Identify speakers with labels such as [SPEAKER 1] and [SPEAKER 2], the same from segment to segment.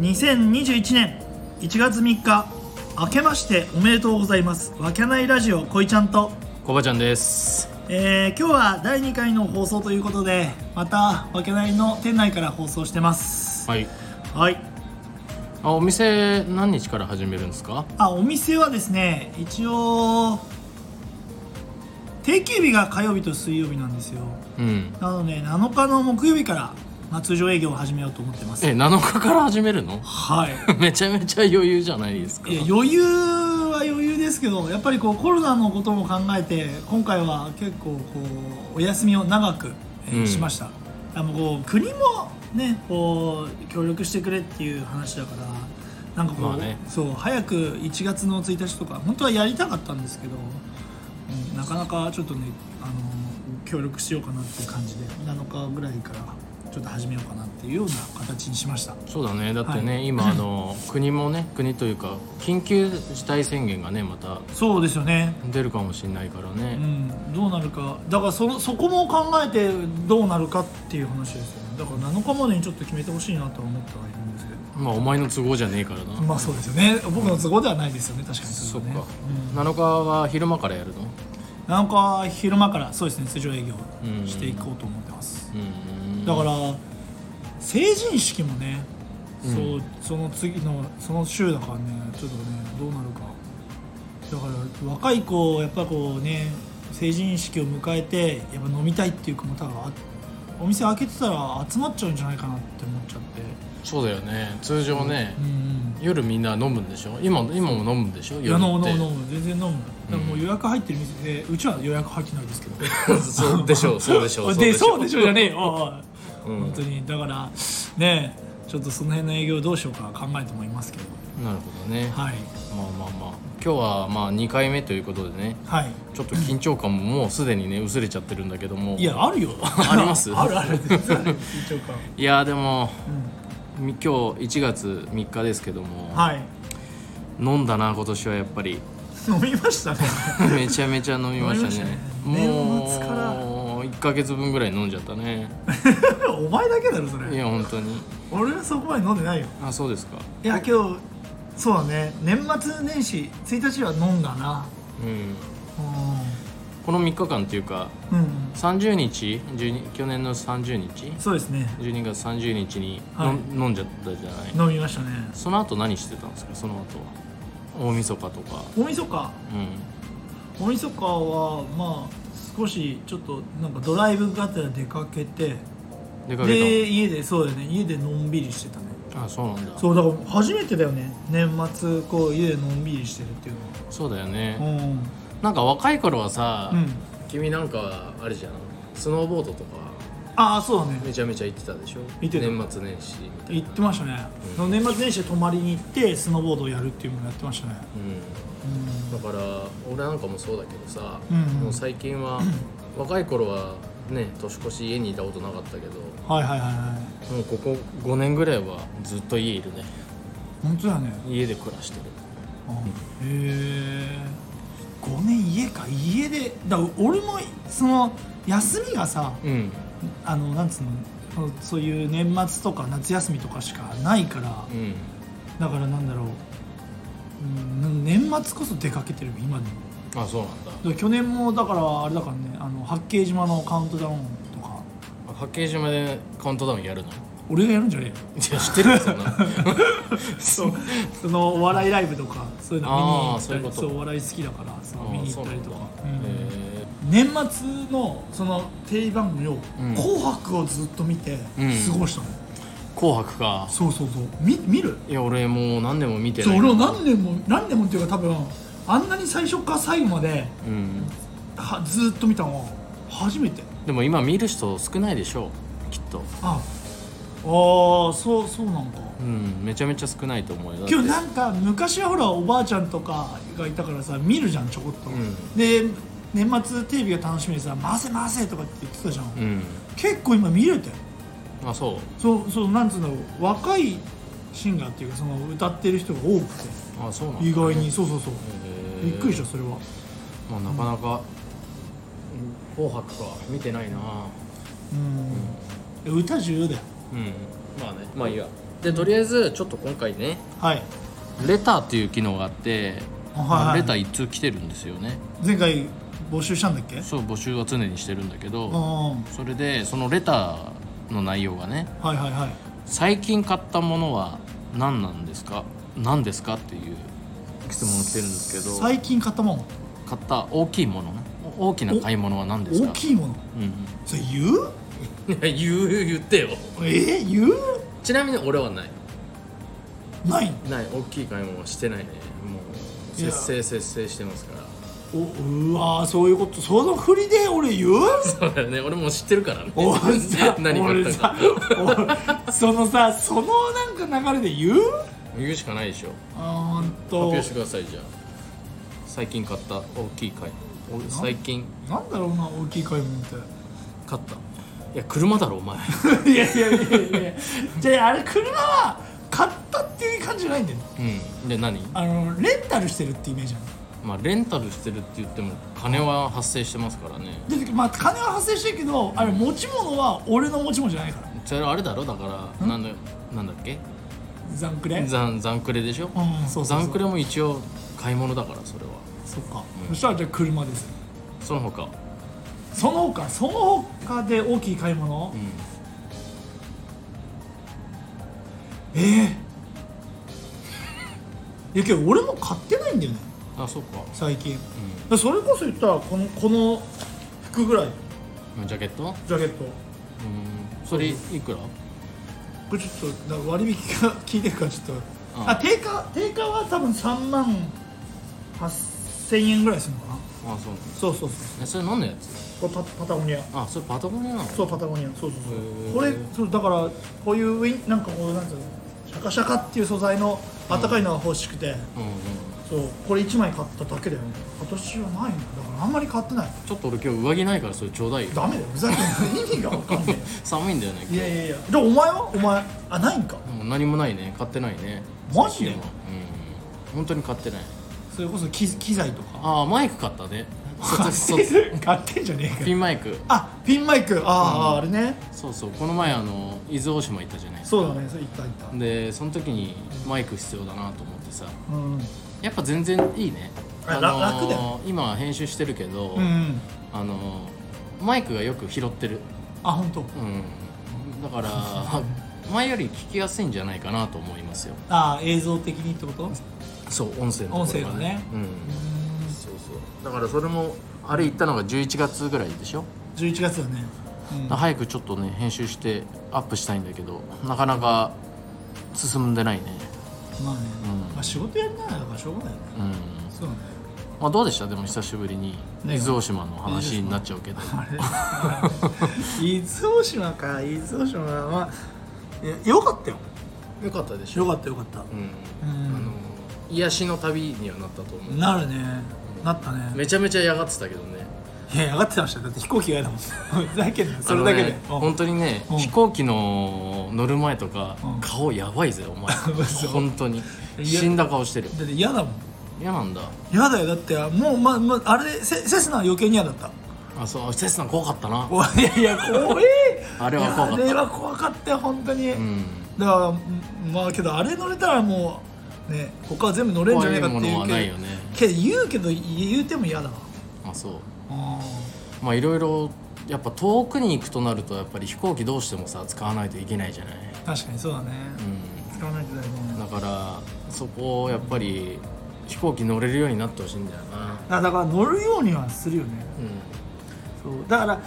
[SPEAKER 1] 2021年1月3日明けましておめでとうございますわけないラジオこいちゃんと、
[SPEAKER 2] コバちゃんです
[SPEAKER 1] えー今日は第2回の放送ということでまたわけないの店内から放送してます
[SPEAKER 2] はい
[SPEAKER 1] はい
[SPEAKER 2] あお店何日から始めるんですか
[SPEAKER 1] あお店はですね一応定休日が火曜日と水曜日なんですよ
[SPEAKER 2] うん
[SPEAKER 1] なので7日の木曜日から、まあ、通常営業を始めようと思ってます
[SPEAKER 2] え7日から始めるの
[SPEAKER 1] はい
[SPEAKER 2] めちゃめちゃ余裕じゃないですか
[SPEAKER 1] いや余裕は余裕ですけどやっぱりこうコロナのことも考えて今回は結構こうお休みを長く、えー
[SPEAKER 2] うん
[SPEAKER 1] しましたあのこう国もねこう協力してくれっていう話だからなんかこう、
[SPEAKER 2] まあね
[SPEAKER 1] そう早く1月の1日とか本当はやりたかったんですけど、うんなかなかちょっとねあの協力しようかなっていう感じで7日ぐらいからちょっと始めようかなっていうような形にしました
[SPEAKER 2] そうだねだってね、
[SPEAKER 1] はい
[SPEAKER 2] 今あの国もね国というか緊急事態宣言がねまた
[SPEAKER 1] そうですよね
[SPEAKER 2] 出るかもしれないから
[SPEAKER 1] う
[SPEAKER 2] ね、
[SPEAKER 1] ん、どうなるかだからそのそこも考えてどうなるかっていう話ですよねだから7日までにちょっと決めてほしいなとは思ってはいるんですけど
[SPEAKER 2] まあお前の都合じゃねえからな、
[SPEAKER 1] まあそうですよ ね僕の都合ではないですよね確かに
[SPEAKER 2] そっ
[SPEAKER 1] れ
[SPEAKER 2] か、
[SPEAKER 1] はね
[SPEAKER 2] 7日は昼間からやるの
[SPEAKER 1] うん、7日は昼間からそうですね通常営業
[SPEAKER 2] うん
[SPEAKER 1] していこうと思ってます、
[SPEAKER 2] うん
[SPEAKER 1] だから成人式もね、
[SPEAKER 2] うん
[SPEAKER 1] そうその次のその週だからねちょっとねどうなるかだから若い子やっぱこうね成人式を迎えてやっぱ飲みたいっていう子も多分あお店開けてたら集まっちゃうんじゃないかなって思っちゃって
[SPEAKER 2] そうだよね通常ね、
[SPEAKER 1] うんうん
[SPEAKER 2] 夜みんな飲むんでしょ今今も飲むんでしょ
[SPEAKER 1] いや
[SPEAKER 2] 夜って
[SPEAKER 1] 飲む飲む飲む全然飲む、でももう予約入ってる店でうちは予約入ってないですけど
[SPEAKER 2] そうでしょうそうでしょう
[SPEAKER 1] でそうで
[SPEAKER 2] し
[SPEAKER 1] しょじゃねえ よおいおい
[SPEAKER 2] ょうん
[SPEAKER 1] 本当にだからねちょっとその辺の営業どうしようか考えてもいますけど
[SPEAKER 2] なるほどね、
[SPEAKER 1] はい
[SPEAKER 2] まあまあまあ今日はまあ2回目ということでね
[SPEAKER 1] はい
[SPEAKER 2] ちょっと緊張感ももうすでにね薄れちゃってるんだけども
[SPEAKER 1] いやあるよ
[SPEAKER 2] あります
[SPEAKER 1] あるある全然ある緊張感
[SPEAKER 2] いやでも
[SPEAKER 1] うん
[SPEAKER 2] み今日1月3日ですけども、
[SPEAKER 1] はい
[SPEAKER 2] 飲んだな今年はやっぱり
[SPEAKER 1] 飲みましたね
[SPEAKER 2] めちゃめちゃ飲みましたね
[SPEAKER 1] 飲みましたね
[SPEAKER 2] もう
[SPEAKER 1] 年末から
[SPEAKER 2] 1ヶ月分ぐらい飲んじゃったね
[SPEAKER 1] お前だけだろそ
[SPEAKER 2] い
[SPEAKER 1] れ
[SPEAKER 2] や本当に
[SPEAKER 1] 俺はそこまで飲んでないよ
[SPEAKER 2] あそうですか
[SPEAKER 1] いや今日そうだね年末年始1日は飲んだな
[SPEAKER 2] うん
[SPEAKER 1] う
[SPEAKER 2] この3日間っていうか
[SPEAKER 1] ん、うん、
[SPEAKER 2] 30日12去年の30日
[SPEAKER 1] そうですね
[SPEAKER 2] 12月30日にの、
[SPEAKER 1] はい
[SPEAKER 2] 飲んじゃったじゃない
[SPEAKER 1] 飲みましたね
[SPEAKER 2] その後何してたんですかその後は大晦日とか
[SPEAKER 1] 大晦日
[SPEAKER 2] う
[SPEAKER 1] 大晦日はまあ少しちょっとなんかドライブがてら出かけて
[SPEAKER 2] ん出かけ
[SPEAKER 1] で家でそうだよね家でのんびりしてたね
[SPEAKER 2] たのあそうなんだそ
[SPEAKER 1] そうだから初めてだよね年末こう家でのんびりしてるっていう
[SPEAKER 2] うだよね、
[SPEAKER 1] のは
[SPEAKER 2] なんか若い頃はさ、
[SPEAKER 1] うん、うん、
[SPEAKER 2] 君なんかあれじゃんスノーボードとか
[SPEAKER 1] ああそうだね
[SPEAKER 2] めちゃめちゃ行ってたでしょ
[SPEAKER 1] 行ってた
[SPEAKER 2] 年末年始みたい
[SPEAKER 1] 行
[SPEAKER 2] な
[SPEAKER 1] ってましたね、その年末年始で泊まりに行ってスノーボードをやるっていうのをやってましたね
[SPEAKER 2] うん、だから俺なんかもそうだけどさ、
[SPEAKER 1] うん
[SPEAKER 2] もう最近は、若い頃はね年越し家にいたことなかったけど
[SPEAKER 1] うんはいはいはいはい
[SPEAKER 2] もうここ5年ぐらいはずっと家いるね
[SPEAKER 1] 本当だね、
[SPEAKER 2] 家で暮らしてる
[SPEAKER 1] うんへえ5年家か家でだから俺もその休みがさ
[SPEAKER 2] うん
[SPEAKER 1] あのなんつうのそのそういう年末とか夏休みとかしかないから
[SPEAKER 2] うん
[SPEAKER 1] だからなんだろう、うん、年末こそ出かけてるよ今でも
[SPEAKER 2] あそうなんだ
[SPEAKER 1] だから去年もだからあれだからねあの八景島のカウントダウンと か
[SPEAKER 2] 八景島でカウントダウンやるの い
[SPEAKER 1] 俺がやるんじゃねえよ
[SPEAKER 2] や知ってるよそ んなの
[SPEAKER 1] そうそのお笑いライブとかそういうの見に行
[SPEAKER 2] あー
[SPEAKER 1] った
[SPEAKER 2] そうい
[SPEAKER 1] り
[SPEAKER 2] う
[SPEAKER 1] そ
[SPEAKER 2] こ
[SPEAKER 1] う
[SPEAKER 2] と
[SPEAKER 1] お笑い好きだからその見
[SPEAKER 2] あ
[SPEAKER 1] に行
[SPEAKER 2] そ
[SPEAKER 1] っ
[SPEAKER 2] う
[SPEAKER 1] た
[SPEAKER 2] な
[SPEAKER 1] り
[SPEAKER 2] ん
[SPEAKER 1] と
[SPEAKER 2] だ
[SPEAKER 1] か、うん
[SPEAKER 2] へ
[SPEAKER 1] 年末のそのテレビ番組を「
[SPEAKER 2] うん
[SPEAKER 1] 紅白」をずっと見て
[SPEAKER 2] うん
[SPEAKER 1] 過ごしたの、
[SPEAKER 2] ー紅白か
[SPEAKER 1] そうそうそうみ見る
[SPEAKER 2] いや俺もう何年も見て
[SPEAKER 1] そ
[SPEAKER 2] な
[SPEAKER 1] う
[SPEAKER 2] い
[SPEAKER 1] 俺も何年も何年もっていうか多分あんなに最初から最後まで
[SPEAKER 2] うん
[SPEAKER 1] はずーっと見たのは初めて
[SPEAKER 2] でも今見る人少ないでしょうきっと
[SPEAKER 1] ああーそうそうなんか
[SPEAKER 2] うんめちゃめちゃ少ないと思うよだって
[SPEAKER 1] 今日なんか昔はほらおばあちゃんとかがいたからさ見るじゃんちょこっと、
[SPEAKER 2] ん
[SPEAKER 1] で年末テレビが楽しみでさ「回せ回せ」とかって言ってたじゃん、
[SPEAKER 2] うん
[SPEAKER 1] 結構今見れて
[SPEAKER 2] あそう
[SPEAKER 1] そうそうなんつうんだろう若いシンガーっていうかその歌ってる人が多くて
[SPEAKER 2] あそうなんだ
[SPEAKER 1] 意外にそうそうそう
[SPEAKER 2] へー
[SPEAKER 1] びっくりしたそれは
[SPEAKER 2] まあなかなか、うん紅白か見てないな
[SPEAKER 1] うん、歌重要だよ
[SPEAKER 2] うんまあねまあいいやでとりあえずちょっと今回ね
[SPEAKER 1] はい
[SPEAKER 2] レターっていう機能があって、
[SPEAKER 1] あはい
[SPEAKER 2] まあ
[SPEAKER 1] はい
[SPEAKER 2] レター一通来てるんですよね
[SPEAKER 1] 前回募集したんだっけうん
[SPEAKER 2] そう募集は常にしてるんだけど
[SPEAKER 1] は
[SPEAKER 2] それでそのレターの内容がね
[SPEAKER 1] いはいはい
[SPEAKER 2] 「最近買ったものは何なんですか何ですか?」っていう質問をしてるんですけど
[SPEAKER 1] 最近買ったもん
[SPEAKER 2] 買った大きいものね大きな買い物は何です
[SPEAKER 1] 大
[SPEAKER 2] か
[SPEAKER 1] きいもの
[SPEAKER 2] うんうん
[SPEAKER 1] それ言う
[SPEAKER 2] いや言う言ってよ
[SPEAKER 1] えー、言う
[SPEAKER 2] ちなみに俺はない
[SPEAKER 1] ない
[SPEAKER 2] ない大きい買い物はしてないねもう
[SPEAKER 1] いや
[SPEAKER 2] 節制節制してますから
[SPEAKER 1] おうわーそういうことその振りで俺言う
[SPEAKER 2] そうだよね俺もう知ってるからね
[SPEAKER 1] おさ
[SPEAKER 2] 何買った か
[SPEAKER 1] 俺さおそのさそのなんか流れで言う
[SPEAKER 2] 言うしかないでしょ
[SPEAKER 1] あーん
[SPEAKER 2] 発
[SPEAKER 1] と
[SPEAKER 2] 表してくださいじゃあ最近買った大きい買いお最近
[SPEAKER 1] なんだろうな大きい買い物って
[SPEAKER 2] 買ったいや車だろお前
[SPEAKER 1] いやいやいやいやいやじゃああれ車は買ったっていう感じじゃないんだよね
[SPEAKER 2] うんで何
[SPEAKER 1] あのレンタルしてるってイメージなの
[SPEAKER 2] まあレンタルしてるって言っても金は発生してますからね
[SPEAKER 1] でまあ金は発生してるけどあれ持ち物は俺の持ち物じゃないから
[SPEAKER 2] それあれだろだからなんだなんだっけ
[SPEAKER 1] 残クレ
[SPEAKER 2] 残残クレでしょ
[SPEAKER 1] うんそうそうそう
[SPEAKER 2] 残クレも一応買い物だからそれは
[SPEAKER 1] そっか、そしたらじゃあ車です
[SPEAKER 2] その他
[SPEAKER 1] その他その他で大きい買い物、
[SPEAKER 2] うん
[SPEAKER 1] ええいやけど俺も買ってないんだよね
[SPEAKER 2] あそうか
[SPEAKER 1] 最近
[SPEAKER 2] う
[SPEAKER 1] それこそ言ったらこのこの服ぐらい
[SPEAKER 2] んジャケット
[SPEAKER 1] ジャケット
[SPEAKER 2] うんそれいくら
[SPEAKER 1] これちょっとなんか割引が効いてるからちょっと、
[SPEAKER 2] うん
[SPEAKER 1] あ定価定価は多分3万8000円ぐらいするのかな
[SPEAKER 2] あそう
[SPEAKER 1] そうそうそう
[SPEAKER 2] えそれ何のやつ
[SPEAKER 1] これパパタゴニア
[SPEAKER 2] あそれパタゴニアなの
[SPEAKER 1] そうパタゴニアそうそう
[SPEAKER 2] へ
[SPEAKER 1] そう
[SPEAKER 2] ー
[SPEAKER 1] これそうだからこういうウィンなんかこうなんつうのシャカシャカっていう素材のあったかいのが欲しくて、
[SPEAKER 2] うんうん
[SPEAKER 1] そうこれ1枚買っただけだよね今年はないんだだからあんまり買ってない
[SPEAKER 2] ちょっと俺今日上着ないからそれちょうだいよ
[SPEAKER 1] ダメだよふざけんな意味がわかんない
[SPEAKER 2] 寒いんだよね
[SPEAKER 1] い
[SPEAKER 2] 今
[SPEAKER 1] やいやいやじゃあお前はお前あないんか
[SPEAKER 2] 日もう何もないね買ってないね
[SPEAKER 1] マジで
[SPEAKER 2] 最近はうん本当に買ってない
[SPEAKER 1] それこそ機機材とか
[SPEAKER 2] ああマイク買ったねそ
[SPEAKER 1] 買
[SPEAKER 2] う
[SPEAKER 1] っ
[SPEAKER 2] そう
[SPEAKER 1] てる買ってんじゃねえか
[SPEAKER 2] ピンマイク
[SPEAKER 1] あピンマイクああ、あれね
[SPEAKER 2] そうそうこの前あの伊豆大島行ったじゃないですか
[SPEAKER 1] そうだねそれいったいった
[SPEAKER 2] でその時にマイク必要だなと思ってさ
[SPEAKER 1] うんうん
[SPEAKER 2] やっぱ全然いいね
[SPEAKER 1] あ
[SPEAKER 2] の
[SPEAKER 1] ら楽だよ
[SPEAKER 2] 今編集してるけど、
[SPEAKER 1] うん
[SPEAKER 2] あのマイクがよく拾ってる
[SPEAKER 1] あ本当
[SPEAKER 2] うんだから 前より聞きやすいんじゃないかなと思いますよ
[SPEAKER 1] あー映像的にってこと
[SPEAKER 2] そう音声のところがね
[SPEAKER 1] 音
[SPEAKER 2] うんそうそうだからそれもあれ行ったのが11月ぐらいでしょ、
[SPEAKER 1] 11月だね、うん
[SPEAKER 2] 早くちょっとね編集してアップしたいんだけどなかなか進んでないね
[SPEAKER 1] まあね、
[SPEAKER 2] うん
[SPEAKER 1] まあ、仕事やりながらだからしょうがないよね
[SPEAKER 2] うん
[SPEAKER 1] そうだね
[SPEAKER 2] まあどうでしたでも久しぶりに
[SPEAKER 1] ね
[SPEAKER 2] 伊豆大島の話になっちゃうけど
[SPEAKER 1] あれ 伊豆大島か伊豆大島はまあいやよかったよ
[SPEAKER 2] よかったでし
[SPEAKER 1] よかったよかった
[SPEAKER 2] うん
[SPEAKER 1] うん
[SPEAKER 2] あの癒しの旅にはなったと思う
[SPEAKER 1] なるねなったね
[SPEAKER 2] めちゃめちゃ嫌がってたけどね
[SPEAKER 1] いや上がってましたよだって飛行機が 嫌だもんふざけんなそれだけで、
[SPEAKER 2] あのね
[SPEAKER 1] うん
[SPEAKER 2] 本当にね、
[SPEAKER 1] うん
[SPEAKER 2] 飛行機の乗る前とか、
[SPEAKER 1] うん
[SPEAKER 2] 顔やばいぜお前
[SPEAKER 1] 嘘
[SPEAKER 2] 本当に
[SPEAKER 1] いや
[SPEAKER 2] 死んだ顔してる
[SPEAKER 1] だって嫌だもん
[SPEAKER 2] 嫌なんだ
[SPEAKER 1] 嫌だよだってもう、ままあれセセスナは余計に嫌だった
[SPEAKER 2] あそうセスナ怖かったな
[SPEAKER 1] おいやいや怖い
[SPEAKER 2] あれは怖かった
[SPEAKER 1] いやあれは怖かったよ本当に、
[SPEAKER 2] うん
[SPEAKER 1] だからうんまあけどあれ乗れたらもうね他は全部乗れんじゃねえかっていう
[SPEAKER 2] 怖いものはない
[SPEAKER 1] け
[SPEAKER 2] よ
[SPEAKER 1] ど
[SPEAKER 2] ね
[SPEAKER 1] けど言うけど言うても嫌だわ
[SPEAKER 2] あそう
[SPEAKER 1] う
[SPEAKER 2] まあいろいろやっぱ遠くに行くとなるとやっぱり飛行機どうしてもさ使わないといけないじゃない、
[SPEAKER 1] ん確かにそうだね
[SPEAKER 2] う
[SPEAKER 1] 使わないとだよ
[SPEAKER 2] ん、
[SPEAKER 1] ね
[SPEAKER 2] だからそこをやっぱり飛行機乗れるようになってほしいんだよな
[SPEAKER 1] だだから乗るようにはするよね
[SPEAKER 2] うん
[SPEAKER 1] そうだから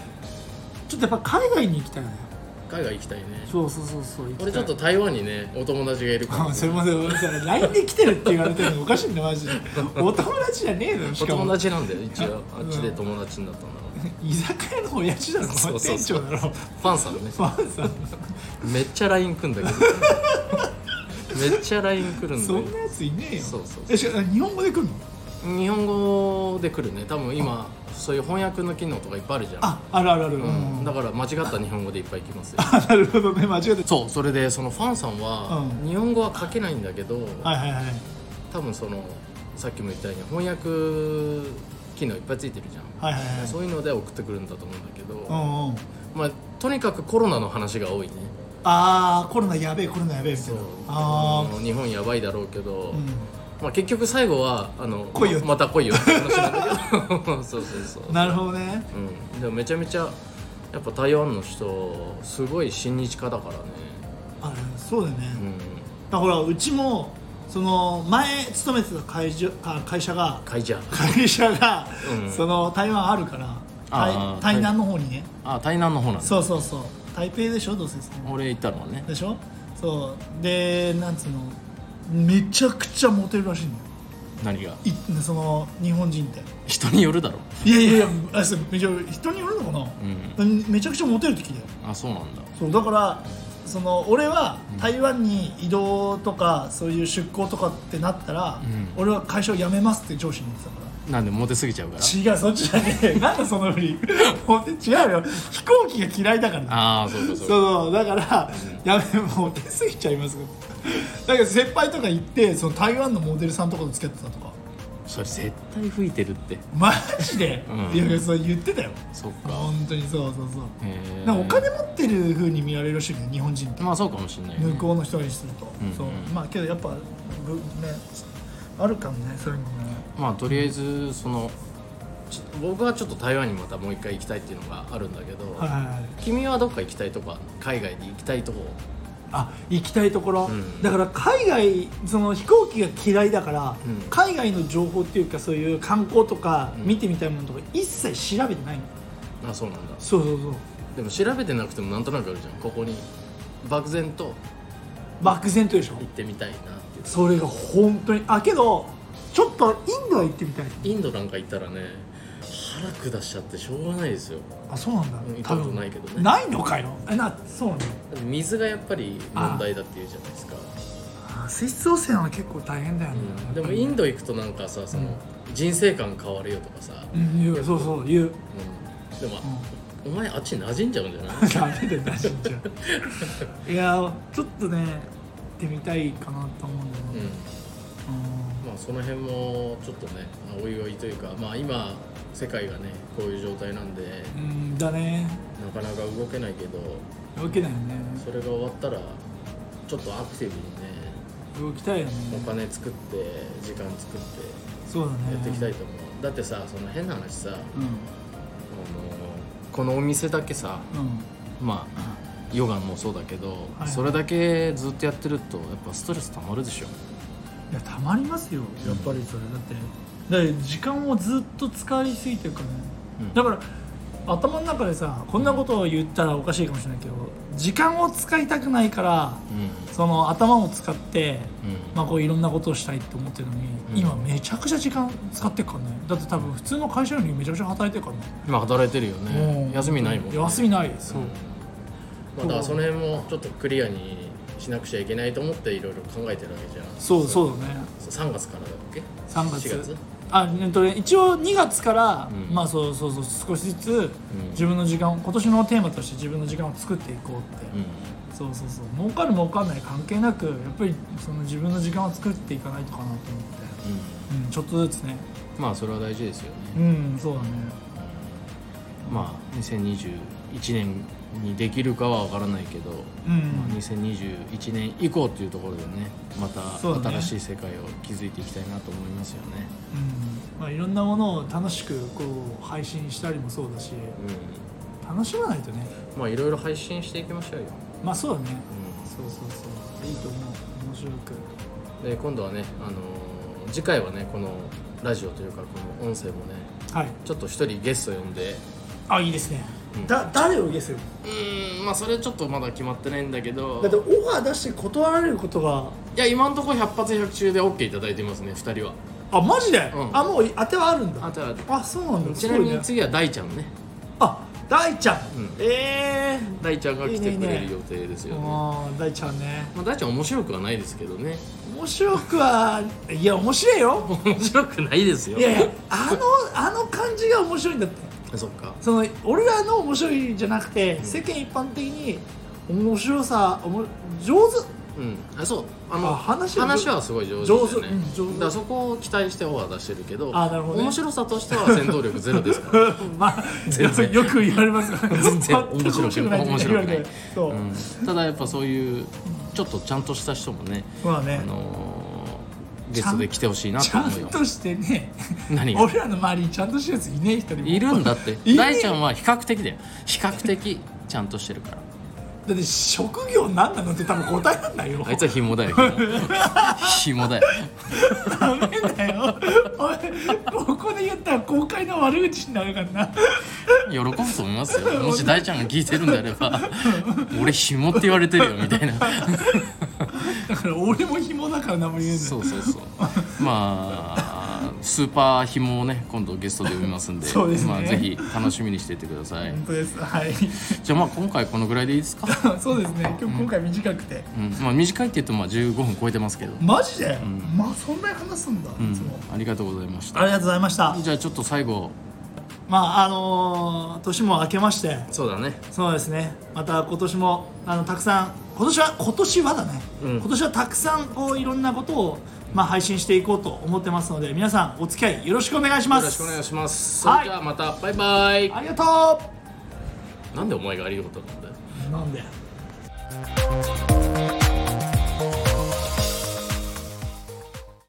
[SPEAKER 1] ちょっとやっぱ海外に行きたいよね
[SPEAKER 2] 海外行きたいね
[SPEAKER 1] そうそうそうそう行きたい
[SPEAKER 2] 俺ちょっと台湾にねお友達がいるから
[SPEAKER 1] あ すいません俺さ LINE で来てるって言われてるのおかしいね マジでお友達じゃねえのよ
[SPEAKER 2] お
[SPEAKER 1] しか
[SPEAKER 2] 友
[SPEAKER 1] も
[SPEAKER 2] 達なんだよ一応あっちで友達になったんだろ
[SPEAKER 1] 居酒屋の親父だろ
[SPEAKER 2] そうそう
[SPEAKER 1] 店
[SPEAKER 2] そう
[SPEAKER 1] 長だろ
[SPEAKER 2] うファンさんね
[SPEAKER 1] ファンさん
[SPEAKER 2] めっちゃ LINE 来ん だけどめっちゃ LINE 来るんだ
[SPEAKER 1] そ
[SPEAKER 2] よ
[SPEAKER 1] んなやついねえよ
[SPEAKER 2] そうそうそう
[SPEAKER 1] えしか日本語で来るの
[SPEAKER 2] 日本語で来るね多分今そういう翻訳の機能とかいっぱいあるじゃん
[SPEAKER 1] ああるあるある、う
[SPEAKER 2] うん
[SPEAKER 1] ん
[SPEAKER 2] だから間違った日本語でいっぱい来ますよ
[SPEAKER 1] あなるほどね間違えて
[SPEAKER 2] そうそれでそのファンさんは
[SPEAKER 1] う
[SPEAKER 2] 日本語は書けないんだけど
[SPEAKER 1] はいはいはい
[SPEAKER 2] 多分そのさっきも言ったように翻訳機能いっぱいついてるじゃ
[SPEAKER 1] はいはいは
[SPEAKER 2] ん
[SPEAKER 1] い
[SPEAKER 2] そういうので送ってくるんだと思うんだけど
[SPEAKER 1] うんうん
[SPEAKER 2] まあとにかくコロナの話が多いね
[SPEAKER 1] ああコロナやべえコロナやべえみたい
[SPEAKER 2] そう
[SPEAKER 1] なあ
[SPEAKER 2] の日本やばいだろうけど、
[SPEAKER 1] あうん
[SPEAKER 2] まあ、結局最後はあの
[SPEAKER 1] 来いよ
[SPEAKER 2] ままた来いよって話なんだけ どそうそうそう
[SPEAKER 1] なるほどね
[SPEAKER 2] うん、でもめちゃめちゃやっぱ台湾の人すごい親日家だからね
[SPEAKER 1] あそうだよね、
[SPEAKER 2] うん
[SPEAKER 1] まあほらうちもその前勤めてた会社あ会社が
[SPEAKER 2] 会社
[SPEAKER 1] 会社が、
[SPEAKER 2] うん
[SPEAKER 1] その台湾あるから
[SPEAKER 2] あー
[SPEAKER 1] 台台南の方にね
[SPEAKER 2] あ台南の方なんだ
[SPEAKER 1] そうそうそう台北でしょどうせですね
[SPEAKER 2] 俺行ったのはね
[SPEAKER 1] でしょそうでなんつうのめちゃくちゃモテるらしいのよ
[SPEAKER 2] 何が
[SPEAKER 1] いその日本人って
[SPEAKER 2] 人によるだろ
[SPEAKER 1] いやいやいやあそうめちゃ人によるのかな、
[SPEAKER 2] うん
[SPEAKER 1] めちゃくちゃモテるって聞いたよ
[SPEAKER 2] あそうなんだ
[SPEAKER 1] そうだからその俺は台湾に移動とかそういう出向とかってなったら、
[SPEAKER 2] うん
[SPEAKER 1] 俺は会社を辞めますって上司に言ってたから
[SPEAKER 2] なんでモテすぎちゃうから
[SPEAKER 1] 違うそっちじゃねえなんだその振りもう違うよ飛行機が嫌いだから
[SPEAKER 2] ああそうか
[SPEAKER 1] そ
[SPEAKER 2] そう
[SPEAKER 1] そう
[SPEAKER 2] うか
[SPEAKER 1] だから、やめもう出過ぎちゃいますよだけど先輩とか行ってその台湾のモデルさんとかと付き合ってたとか
[SPEAKER 2] それ絶対吹いてるって
[SPEAKER 1] マジで、
[SPEAKER 2] うん
[SPEAKER 1] いやいやそう言ってたよ
[SPEAKER 2] そっか
[SPEAKER 1] 本当にそうそうそう、
[SPEAKER 2] へえ
[SPEAKER 1] なんかお金持ってる風に見られるらしいね日本人って
[SPEAKER 2] まあそうかもしれないね
[SPEAKER 1] 向こうの人にすると、
[SPEAKER 2] うん
[SPEAKER 1] そう
[SPEAKER 2] うん
[SPEAKER 1] まあけどやっぱぶねあるかもねそういうのもね
[SPEAKER 2] まあとりあえずそのちょ僕はちょっと台湾にまたもう一回行きたいっていうのがあるんだけど、
[SPEAKER 1] はいはいはい
[SPEAKER 2] 君はどっか行きたいとこあんの海外に行きたいとこ
[SPEAKER 1] あ行きたいところ、
[SPEAKER 2] うん
[SPEAKER 1] だから海外その飛行機が嫌いだから、
[SPEAKER 2] うん
[SPEAKER 1] 海外の情報っていうかそういう観光とか
[SPEAKER 2] うん
[SPEAKER 1] 見てみたいものとか一切調べてないの、
[SPEAKER 2] あそうなんだ
[SPEAKER 1] そうそうそう
[SPEAKER 2] でも調べてなくてもなんとなくあるじゃんここに漠然と
[SPEAKER 1] 漠然とでしょ
[SPEAKER 2] 行ってみたいなっていう
[SPEAKER 1] それが本当にあけどちょっとインドは行ってみたい
[SPEAKER 2] インドなんか行ったらね腹下しちゃってしょうがないですよ
[SPEAKER 1] あそうなんだ
[SPEAKER 2] うん行ったことないけどね
[SPEAKER 1] ないのかよえなそうなんだ
[SPEAKER 2] だって水がやっぱり問題だっていうじゃないですか、
[SPEAKER 1] あ水質汚染は結構大変だよね、
[SPEAKER 2] うんでもイン
[SPEAKER 1] ド
[SPEAKER 2] ド行くとなんかさその人生観変わるよとかさ、
[SPEAKER 1] うん言うそうそう言う、
[SPEAKER 2] うんでも、
[SPEAKER 1] うん
[SPEAKER 2] お前あっち馴染んじゃうんじゃない
[SPEAKER 1] ダメだよなしんちゃ んいやちょっとね行ってみたいかなと思うんだよ
[SPEAKER 2] う
[SPEAKER 1] ね、う
[SPEAKER 2] ん
[SPEAKER 1] ん
[SPEAKER 2] まあ、その辺もちょっとね、まあおいおいというか、まあ、今世界がねこういう状態なんで
[SPEAKER 1] うんだね
[SPEAKER 2] なかなか動けないけど
[SPEAKER 1] 動けないよね
[SPEAKER 2] それが終わったらちょっとアクティブにね
[SPEAKER 1] 動きたいよね
[SPEAKER 2] お金作って時間作って
[SPEAKER 1] そうだね
[SPEAKER 2] やっていきたいと思う、だってさその変な話さあの
[SPEAKER 1] う
[SPEAKER 2] このお店だけさ
[SPEAKER 1] んうん
[SPEAKER 2] まあヨガもそうだけど、
[SPEAKER 1] はい
[SPEAKER 2] それだけずっとやってるとやっぱストレスたまるでしょ
[SPEAKER 1] いやたまりますよやっぱりそれだってだって時間をずっと使いすぎてるからね、
[SPEAKER 2] うん
[SPEAKER 1] だから頭の中でさこんなことを言ったらおかしいかもしれないけど時間を使いたくないから
[SPEAKER 2] うんうん
[SPEAKER 1] その頭を使ってまあ、こういろんなことをしたいって思ってるのに、
[SPEAKER 2] うん
[SPEAKER 1] 今めちゃくちゃ時間使ってっからねだって多分普通の会社よりめちゃくちゃ働いてるから
[SPEAKER 2] 今働いてるよ
[SPEAKER 1] ねも
[SPEAKER 2] ね
[SPEAKER 1] う
[SPEAKER 2] 休みないもん、ね、
[SPEAKER 1] 休みないそう、
[SPEAKER 2] まあ、だからその辺もちょっとクリアにしなくちゃいけないと思っていろいろ考えてるわけじゃん
[SPEAKER 1] そうそうだね
[SPEAKER 2] 3月からだっけ
[SPEAKER 1] 3月
[SPEAKER 2] 4月
[SPEAKER 1] あえっとね一応2月から、
[SPEAKER 2] うん
[SPEAKER 1] まあそうそうそう少しずつ
[SPEAKER 2] うん
[SPEAKER 1] 自分の時間を今年のテーマとして自分の時間を作っていこうって、
[SPEAKER 2] う
[SPEAKER 1] そうそうそう儲かる儲かんない関係なくやっぱりその自分の時間を作っていかないとかなと思って、
[SPEAKER 2] ん、
[SPEAKER 1] うん、ちょっとずつね
[SPEAKER 2] うん、まあそれは大事ですよ
[SPEAKER 1] う
[SPEAKER 2] ね、
[SPEAKER 1] んそうだね
[SPEAKER 2] まあ2021年にできるかは分からないけど、
[SPEAKER 1] うん、
[SPEAKER 2] まあ、2021年以降というところでねま
[SPEAKER 1] そう
[SPEAKER 2] た
[SPEAKER 1] だね
[SPEAKER 2] 新しい世界を築いていきたいなと思いますよね
[SPEAKER 1] うんまあ、いろんなものを楽しくこう配信したりもそうだし楽しまないとね
[SPEAKER 2] うんまあいろいろ配信していきましょうよ、
[SPEAKER 1] まあそうだね
[SPEAKER 2] うん
[SPEAKER 1] そうそうそういいと思う面白く
[SPEAKER 2] で今度はね、あのー次回はねこのラジオというかこの音声もね
[SPEAKER 1] はい
[SPEAKER 2] ちょっと一人ゲスト呼んで
[SPEAKER 1] あいいですね、
[SPEAKER 2] うん
[SPEAKER 1] だ誰をゲスる
[SPEAKER 2] うーんまあそれちょっとまだ決まってないんだけど
[SPEAKER 1] だってオファー出して断られることが
[SPEAKER 2] いや今のところ100発100中で OK いただいてますね2人は
[SPEAKER 1] あマジで、
[SPEAKER 2] うん
[SPEAKER 1] あもう当てはあるんだ
[SPEAKER 2] あとは
[SPEAKER 1] あそうなんだ
[SPEAKER 2] ち
[SPEAKER 1] すご
[SPEAKER 2] なみ
[SPEAKER 1] い
[SPEAKER 2] に
[SPEAKER 1] ね
[SPEAKER 2] 次は大ちゃんね
[SPEAKER 1] あ大ちゃん、
[SPEAKER 2] うん
[SPEAKER 1] ええ
[SPEAKER 2] 大ちゃんが来てくれる予定です
[SPEAKER 1] ー、
[SPEAKER 2] よね
[SPEAKER 1] あー大ちゃんね
[SPEAKER 2] まあ、大ちゃん面白くはないですけどね
[SPEAKER 1] 面白くはいや面白いよ
[SPEAKER 2] 面白くないですよ
[SPEAKER 1] いやいやあのあの感じが面白いんだって
[SPEAKER 2] そっか
[SPEAKER 1] その俺ら の面白いじゃなくて、世間一般的に面白さおも上手
[SPEAKER 2] うん、あそうあの
[SPEAKER 1] あ話
[SPEAKER 2] 話
[SPEAKER 1] は
[SPEAKER 2] はすごい上手ですよね
[SPEAKER 1] 上手うん上手
[SPEAKER 2] だからそこを期待してオーバー出してるけど
[SPEAKER 1] あなるほどね
[SPEAKER 2] 面白さとしては戦闘力ゼロですから、
[SPEAKER 1] まあよ
[SPEAKER 2] 全然
[SPEAKER 1] よく言われますから
[SPEAKER 2] 全然
[SPEAKER 1] 全く
[SPEAKER 2] 面白くない
[SPEAKER 1] 面白くない
[SPEAKER 2] 面白くない
[SPEAKER 1] そう、
[SPEAKER 2] うん、ただやっぱそういうちょっとちゃんとした人もね、
[SPEAKER 1] まあ
[SPEAKER 2] あ
[SPEAKER 1] ね
[SPEAKER 2] のーゲストで来てほしいな
[SPEAKER 1] ち
[SPEAKER 2] と
[SPEAKER 1] ゃん
[SPEAKER 2] 思うよ
[SPEAKER 1] としてね
[SPEAKER 2] 何が
[SPEAKER 1] 俺らの周りにちゃんとしてるやついねえ一人も
[SPEAKER 2] いるんだって
[SPEAKER 1] いねえ
[SPEAKER 2] 大ちゃんは比較的だよ比較的ちゃんとしてるから
[SPEAKER 1] だって職業何なのって多分答えらんないよ
[SPEAKER 2] あいつは紐だよ 紐紐だよ
[SPEAKER 1] ダメだよおいここで言ったら公開の悪口になるからな
[SPEAKER 2] 喜ぶと思いますよもし大ちゃんが聞いてるんであれば俺紐って言われてるよみたいな
[SPEAKER 1] だから俺も紐だから何も言えない
[SPEAKER 2] そうそうそうまあスーパー紐をね今度ゲストで呼びますんで
[SPEAKER 1] そうですね
[SPEAKER 2] まあ、ぜひ楽しみにしていてください
[SPEAKER 1] 本当ですはい
[SPEAKER 2] じゃあまあ今回このぐらいでいいですか、
[SPEAKER 1] そうですね今日今回短くて、
[SPEAKER 2] うんまあ、短いって言うとまあ15分超えてますけど、
[SPEAKER 1] マジで、まあそんなに話すんだ、
[SPEAKER 2] うん
[SPEAKER 1] いつも
[SPEAKER 2] ありがとうございました
[SPEAKER 1] ありがとうございました
[SPEAKER 2] じゃあちょっと最後
[SPEAKER 1] まああのー年も明けまして
[SPEAKER 2] そうだね
[SPEAKER 1] そうですねまた今年もあのたくさん今年は今年はだね、
[SPEAKER 2] うん
[SPEAKER 1] 今年はたくさんこういろんなことを、まあ、配信していこうと思ってますので皆さんお付き合いよろしくお願いしま
[SPEAKER 2] よ
[SPEAKER 1] す
[SPEAKER 2] ろしくお願いしますそ
[SPEAKER 1] は
[SPEAKER 2] れ
[SPEAKER 1] い
[SPEAKER 2] じゃあまたバイバイ
[SPEAKER 1] ありがと
[SPEAKER 2] なんでお前がありがとうなんだよ
[SPEAKER 1] うなんで